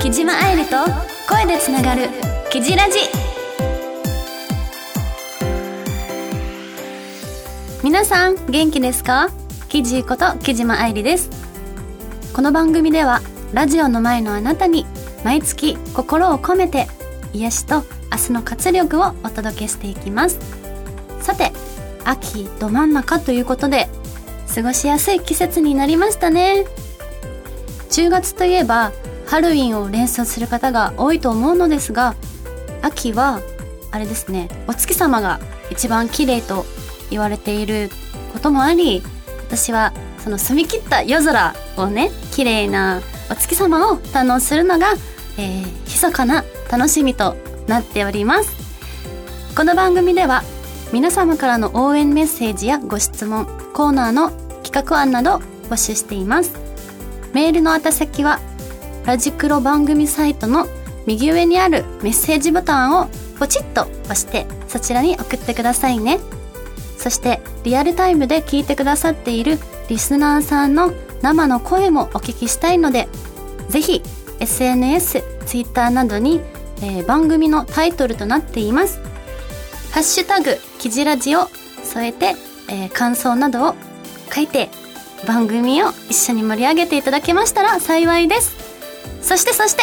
木島愛理と声でつながる「キジラジ」皆さん元気ですかキジこと木島愛理ですこの番組ではラジオの前のあなたに毎月心を込めて癒しと明日の活力をお届けしていきますさて秋ど真ん中ということで過ごしやすい季節になりましたね10月といえばハロウィンを連想する方が多いと思うのですが秋はあれですねお月様が一番綺麗と言われていることもあり私はその澄み切った夜空をね綺麗なお月様を堪能するのが、えー、密かな楽しみとなっておりますこの番組では皆様からの応援メッセージやご質問コーナーの企画案など募集していますメールの宛先はラジクロ番組サイトの右上にあるメッセージボタンをポチッと押してそちらに送ってくださいねそしてリアルタイムで聞いてくださっているリスナーさんの生の声もお聞きしたいのでぜひ SNS、Twitter などに、えー番組のタイトルとなっています「ハッシュタグキジラジ」を添えて、えー感想などを書いて番組を一緒に盛り上げていただけましたら幸いですそしてそして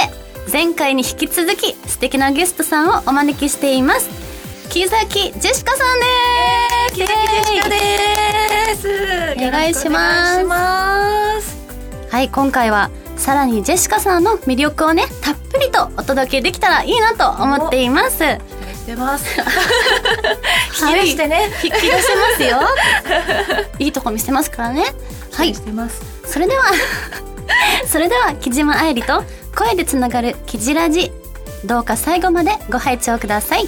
前回に引き続き素敵なゲストさんをお招きしています木崎ジェシカさんですキラキジェシカです。お願いしますよろくお願いします。はい今回はさらにジェシカさんの魅力をねたっぷりとお届けできたらいいなと思っています引出 ます。引き出してね。き出しますよいいとこ見せますからねは引いき出してます。それでは それでは木島愛理と声でつながるキジラジどうか最後までご拝聴ください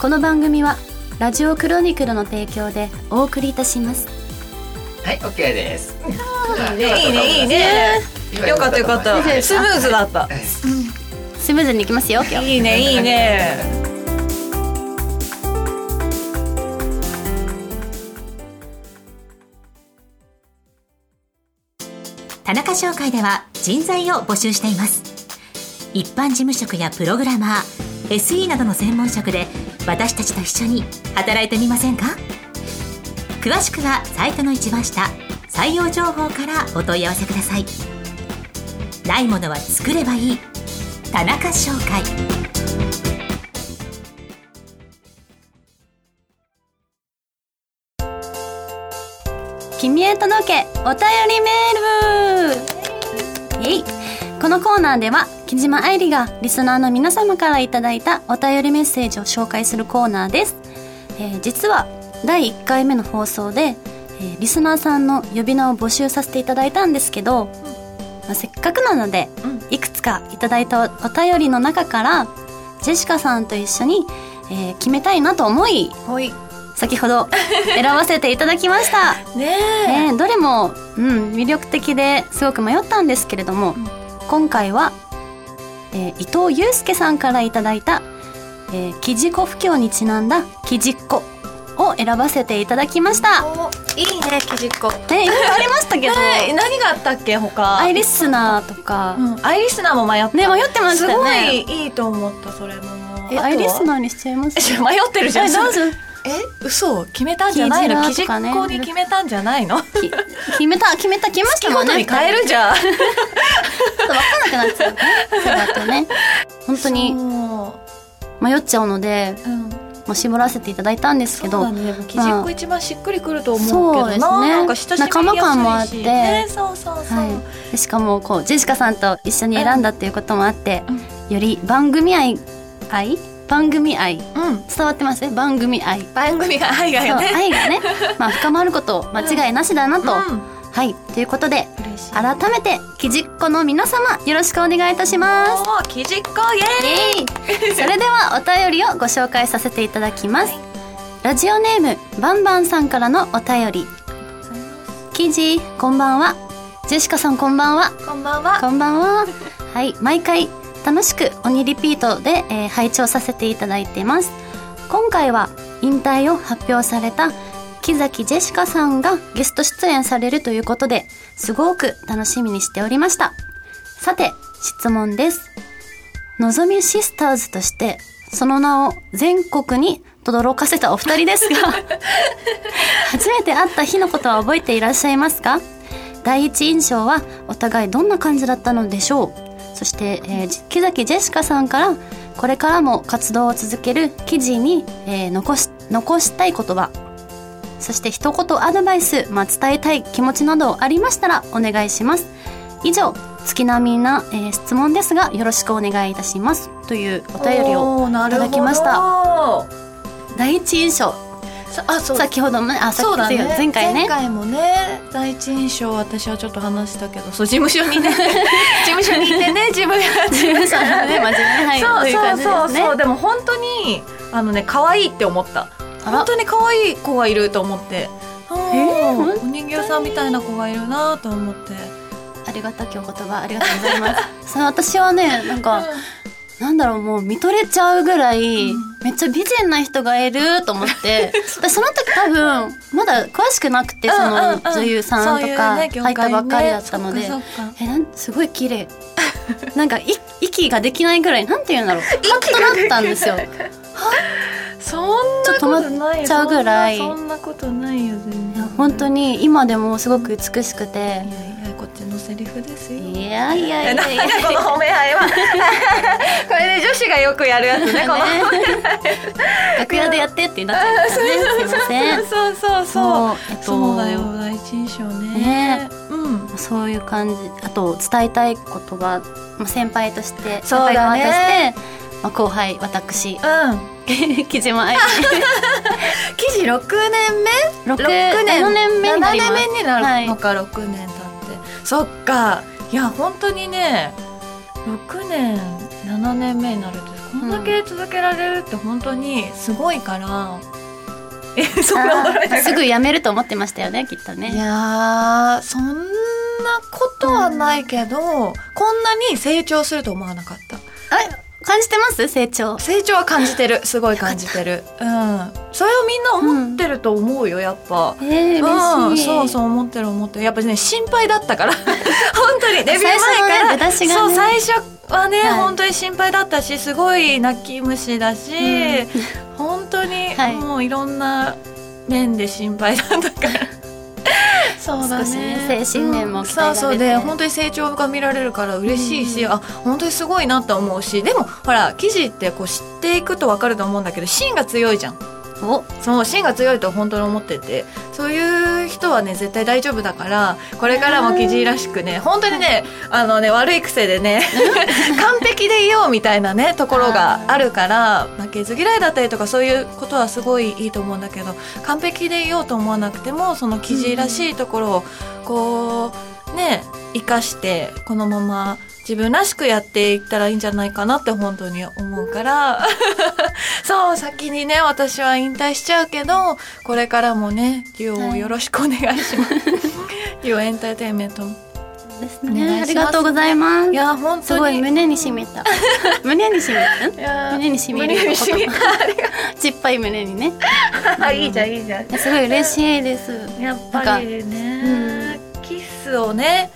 この番組はラジオクロニクルの提供でお送りいたしますはい、オッケーです。いいねいいねいいね。よかったよかった。 スムーズだった。スムーズにいきますよ今日いいねいいね。田中商会では人材を募集しています一般事務職やプログラマー SE などの専門職で私たちと一緒に働いてみませんか詳しくはサイトの一番下採用情報からお問い合わせくださいないものは作ればいい田中商会君へ届けお便りメールイエイこのコーナーでは木島愛理がリスナーの皆様からいただいたお便りメッセージを紹介するコーナーです、えー実は第1回目の放送で、えーリスナーさんの呼び名を募集させていただいたんですけど、まあせっかくなので、うんいくつかいただいたお便りの中からジェシカさんと一緒に、えー決めたいなと思いほい。先ほ ど選ばせていただきましたねえ。ね、どれも、うん、魅力的ですごく迷ったんですけれども、今回は、えー伊藤祐介さんからいただいた「えー、キジコ不況」にちなんだ「キジっ子」を選ばせていただきました。おいいねキジっ子。ねね、いろいろありましたけ どえ何があったっけ他。アイリスナーとか、うんアイリスナーも迷った。ね迷ってましたよね。すごいいいと思ったそれも。えアイリスー。。ナーにしちゃいます迷ってるじゃん。えどうぞえ嘘決めたんじゃないのキジ基軸ラとかね校に決めたんじゃないのき決めた決めた決めまし月たごもんね。とに変 えるじゃんちょっと分からなくなっちゃうね。そうだとね本当にそ迷っちゃうのでううんもう絞らせていただいたんですそけうどだ、ね基軸一番しっくりくると思うけどそうなですねなんか親しみやすいし仲間感もあってねそうそうそうはい、でしかもこうジェシカさんと一緒に選んだっていうこともあって、うんより番組愛愛番組愛うん伝わってますね番組愛番組が海そう外ね愛が ね、まあ、深まること間違いなしだなと、うんはいということで嬉しい改めてキジっ子の皆様よろしくお願いいたしますおー基軸校イエイーイエーイ それではお便りをご紹介させていただきます、ラジオネームバンバンさんからのお便りキジこんばんはジェシカさんこんばんはこんばんはこんばんは。はい、毎回楽しく鬼リピートで、えー拝聴させていただいてます。今回は引退を発表された木崎ジェシカさんがゲスト出演されるということですごく楽しみにしておりましたさて質問ですのぞみシスターズとしてその名を全国に轟かせたお二人ですが初めて会った日のことは覚えていらっしゃいますか第一印象はお互いどんな感じだったのでしょうそして、えー木崎ジェシカさんからこれからも活動を続ける記事に、えー残し残したい言葉そして一言アドバイス、まあ、伝えたい気持ちなどありましたらお願いします以上月並みな、えー質問ですがよろしくお願いいたしますというお便りをおーないただきましたた第一印象さあそう先ほどもあさそうだね前回ね前回もね第一印象私はちょっと話したけどそう 事務所にね事務所にいてね自分が事務所のね真面目な そうそうそうねそうでも本当にあのね可愛いって思ったあら本当に可愛い子がいると思ってあーえー本お人形さんみたいな子がいるなと思ってありがたきお言葉ありがとうございますそう私はねなんかなんだろうもう見とれちゃうぐらい、うんめっちゃ美人な人がいると思って でその時多分まだ詳しくなくてその女優さんとか入ったばっかりだったので、えなんすごい綺麗 なんかい息ができないぐらいなんて言うんだろうハッとなったんですよそんなことないちょっと止まっよちゃうぐらいそんなことないよ全い然や本当に今でもすごく美しくていやいやこっちのセリフですよいやいやえいなやんいやだこの褒め合い はこれで女子がよくやるやつねこの楽屋でやってってなっちゃいましたねすいませんそうそうそうそうえっとそうだよ第一印象ねねうんそういう感じあと伝えたいことが、まあ、先輩として先そう輩だ側ねとして、まあ、後輩私 う木島愛 ん記事六年目六六年7年目になります7年目になるのか六年経ってそっかいや本当にね六年七年目になるってこんだけ続けられるって本当にすごいからえそんなあ驚いーたすぐ辞めると思ってましたよねきっといねやーそんなことはないけど、こんなに成長すると思わなかったあ感じてます成長成長は感じてるすごい感じてるうんそれをみんな思ってると思うよやっぱ、えー、う嬉ん、しいそうそう思ってる思ってるやっぱりね心配だったから 本当にデビュー前か最初のね出ら、だしがねそう最初はね、はい本当に心配だったしすごい泣き虫だし、うん本当にはいもういろんな面で心配だったから そうだ少しねね精神面も鍛えられてそうそうで本当に成長が見られるから嬉しいし、あ本当にすごいなと思うしでもほら記事ってこう知っていくと分かると思うんだけど芯が強いじゃんおそう芯が強いと本当に思っててそういう人はね絶対大丈夫だからこれからも記事らしくね本当にねあのね悪い癖でね 完璧でいようみたいなねところがあるから負けず嫌いだったりとかそういうことはすごいいいと思うんだけど完璧でいようと思わなくてもその記事らしいところをこうね生かしてこのまま自分らしくやっていったらいいんじゃないかなって本当に思うから。そう、先にね、私は引退しちゃうけど、これからもね、リオをよろしくお願いします。リオエンターテインメント。ですお願いしますねありがとうございますいや、本当に。すごい胸にしみた 胸にしみたんいや胸にしみる胸にし みる。ちっぱい胸にね あいいじゃん、いいじゃんい。やすごい嬉しいですやっぱりね、キスをね、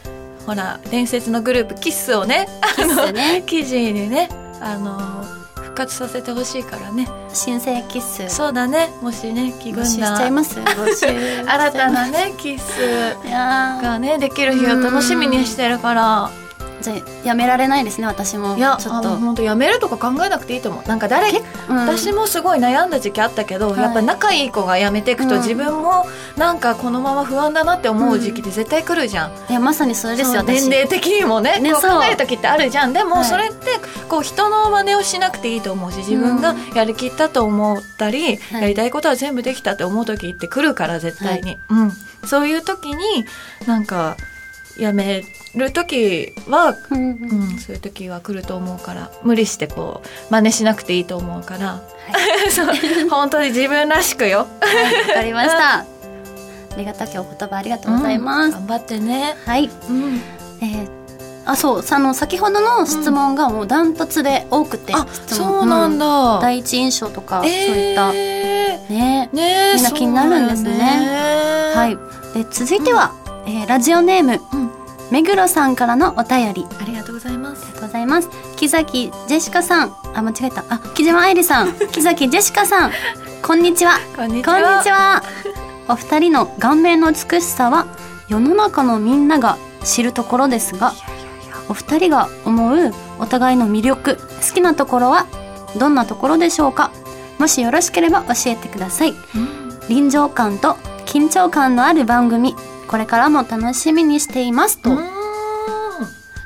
ほら、伝説のグループキスをね、キスね記事にね、あの、復活させてほしいからね。新生キスそうだね、もしね、気募分集しちゃいな、ます募集しちゃいます新たなね、キス。いやーがねできる日を楽しみにしてるからじゃあやめられないですね私もいやちょっと、本当やめるとか考えなくていいと思うなんか誰うん私もすごい悩んだ時期あったけど、はいやっぱ仲いい子が辞めていくとうん自分もなんかこのまま不安だなって思う時期って絶対来るじゃん、いやまさにそれですよそう年私齢的にもねねこうそう考える時ってあるじゃんでもはいそれってこう人の真似をしなくていいと思うし自分がやりきったと思ったり、はいやりたいことは全部できたって思う時って来るから絶対に、うん、そういう時になんか辞める時はうんううんん、そういう時は来ると思うから無理してこう真似しなくていいと思うから、 そう本当に自分らしくよはい わかりましたありがたきお言葉ありがとうございます、頑張ってね、はいうん、えーあそうあの先ほどの質問がもうダントツで多くて、あ質問そうなんだ、第一印象とか、えそういったえねねえみんな気になるんですねそうだよねはいで続いては、えーラジオネーム、うん目黒さんからのお便りありがとうございますありがとうございます木崎ジェシカさんあ間違えたあ木島愛理さ ん木崎ジェシカさんこんにちはこんにこんにちはお二人の顔面の美しさは世の中のみんなが知るところですがお二人が思うお互いの魅力好きなところはどんなところでしょうかもしよろしければ教えてください臨場感と緊張感のある番組これからも楽しみにしていますと、うん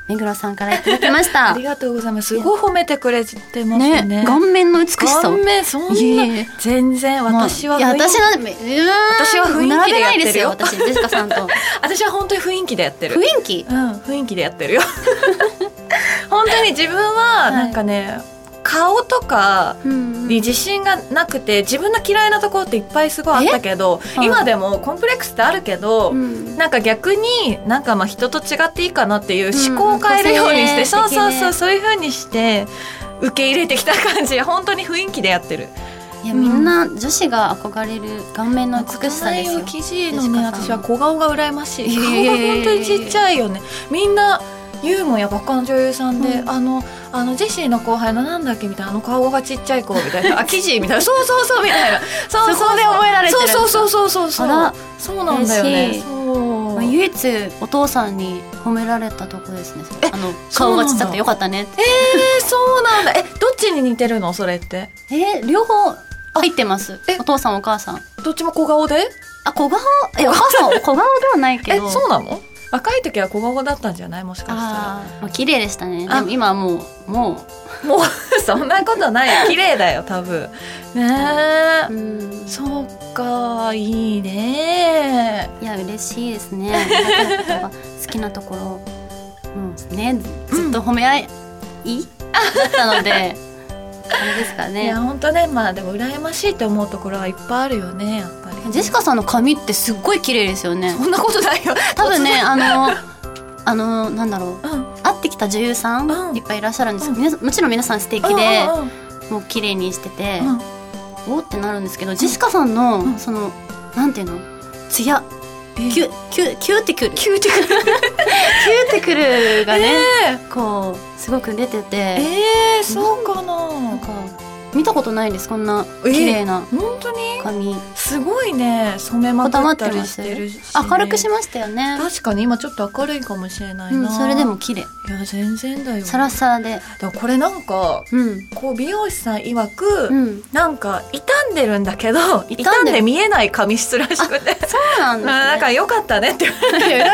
目黒さんからいただきまし あたりがとうございますすごい褒めてくれてますねね顔面の美しさを顔面そんなえいいえ全然私はまあいや雰囲私気のうーん私は雰囲気で並べないですよやって私ジェシカさんと私は本当に雰囲気でやってる雰囲気うん、雰囲気でやってるよ 本当に自分ははいなんかね、顔とかうんに自信がなくて自分の嫌いなところっていっぱいすごいあったけどえ今でもコンプレックスってあるけど、うんなんか逆になんかまあ人と違っていいかなっていう思考をうん変えるようにして、個性そうそうそ的うねそういうふうにして受け入れてきた感じ本当に雰囲気でやってるいやみんな女子が憧れる顔面の美しさですよなんか生地のねジェシカさん私は小顔が羨ましいい顔やがいやいや本いや当にちっちゃいよねみんなユーモアばっかの女優さんで、うんあのあのジェシーの後輩のなんだっけみたいなあの顔がちっちゃい子みた いなあ生地みたいなそうそうそうみたいなそうそこで覚えられてるんだそうそうそうそうそうあらそうなんだよね嬉しいそうまあ唯一お父さんに褒められたとこですねえあの顔がちっちゃくてよかったねってえそうなんだえどっちに似てるのそれってえー両方入ってますえお父さんお母さんどっちも小顔であ小顔えお母さんは小顔ではないけえどそうなの若い時は小顔だったんじゃないもしかしたあーまあ綺麗でしたねであも今はもうもうらもうそんなことないよ綺麗だよ多分ねえうんそうかいいねいや嬉しいです ね。やっぱ好きなところ、うんねずっと褒め合い、だったので、あれですかいねや。本当ねまあでも羨ましいって思うところはいっぱいあるよねやっぱりジェシカさんの髪ってすっごい綺麗ですよね。そんなことない よ多分ねあのあのなんだろううん会ってきた女優さん、うんいっぱいいらっしゃるんですけど、う皆さんもちろん皆さん素敵で、うんもう綺麗にしてて、うんうんおーってなるんですけど、ジェシカさんの、うんそのなんていうのツヤえキュキュキュってくるキュキューティクルってくるがね、ねこうすごく出てて。ええーそうかなんなか見たことないですこんな綺麗な本当に髪、すごいね染めまくったりしてるし、明るくしましたよね、確かに今ちょっと明るいかもしれないな、うん、それでも綺麗いや全然だよサラサラでだからこれなんかうんこう美容師さん曰く、うんなんか傷んでるんだけど 傷んでる傷んで見えない髪質らしくてそうなんですねなんか良かったねってよろやま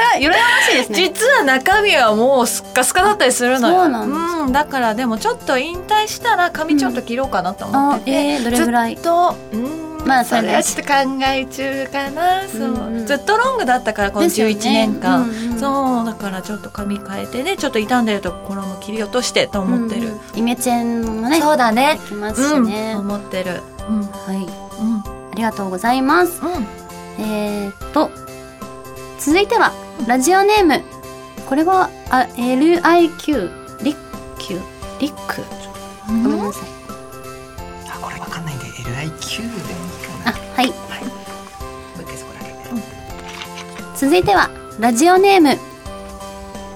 しいですね実は中身はもうすっかすかだったりするのよそうなんですうんだからでもちょっと引退したら髪ちょっと切ろうかなと思っあてて、えー、どれぐらいずっとうんまあそれはそちょっと考え中かなそう、うんうんずっとロングだったからこのですよね11年間、うんうんそうだからちょっと髪変えてねちょっと傷んでるところも切り落としてと思ってる、うんイメチェンもねそうだねできますしね、うん、思ってるうんうんはいありがとうございますえー、と続いてはラジオネームこれはあ LIQ リッキュリックうんごめんなさいあ、これわかんないんで、LIQ でもいいあかな。はいはい。もう一回そこだけ。続いてはラジオネーム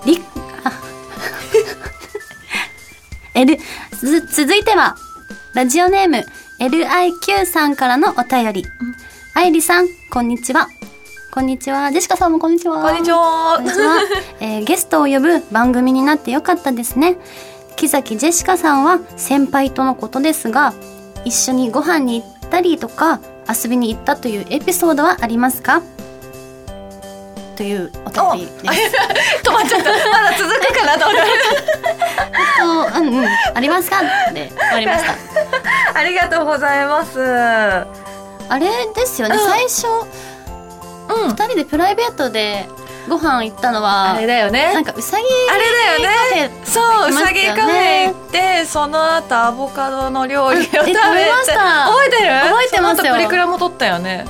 りあ L つ続いてはラジオネーム LIQ さんからのお便り愛理さんこんにちはこんにちはジェシカさんもこんにちはこんにちこんにはち は、えーゲストを呼ぶ番組になってよかったですね木崎ジェシカさんは先輩とのことですが一緒にご飯に行ったりとか遊びに行ったというエピソードはありますかという お便りです止まっちゃったまだ続くかなと思ってと うんうんありますかで終わりま した ありがとうございますうあれですよね、うん最初ん二人でプライベートでご飯行ったのはあれだよねなんかうさぎあれだよねカフェそう、う行きましさたぎよねカフェ行って、その後アボカドの料理を食べて。あえ食べました覚えてる。覚えてますよその後プリクラも撮ったよね。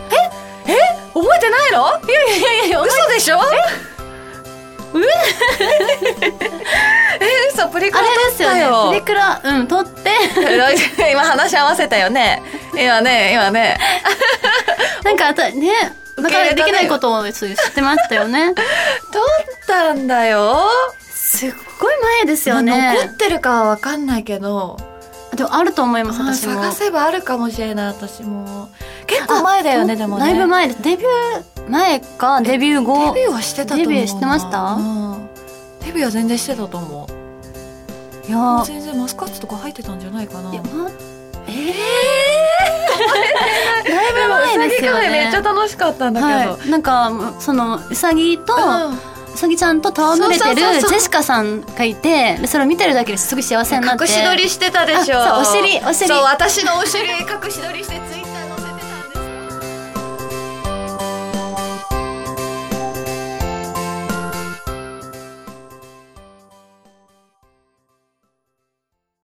え、え、覚えてないの。いやいやいやいや、嘘でしょ。ええ嘘プリクあラれ撮でっすよたねよプリクラうん撮って 今話し合わせたよね今ね今ねなんかあたねなかなかできないことをそういう知ってましたよ ね撮ったんだよすっごい前ですよまあね残ってるかはわかんないけどでもあると思いますあ私も探せばあるかもしれない私も結構前だよねでもねだいぶ前ですデビュー前かデビュー後デビューはしてたと思うなデビューしてましたうんデビューは全然してたと思ういやー全然マスカッツとか入ってたんじゃないかないやでもまええ ー、だいぶ前ですようさぎカフェめっねちゃ楽しかったんだけど、はい、なんかそのうさぎと、うんうさぎちゃんと戯れてるジそうそうそうそうェシカさんがいてでそれを見てるだけですごい幸せになって隠し撮りしてたでしょあそうお尻お尻そう私のお尻隠し撮りしてツイ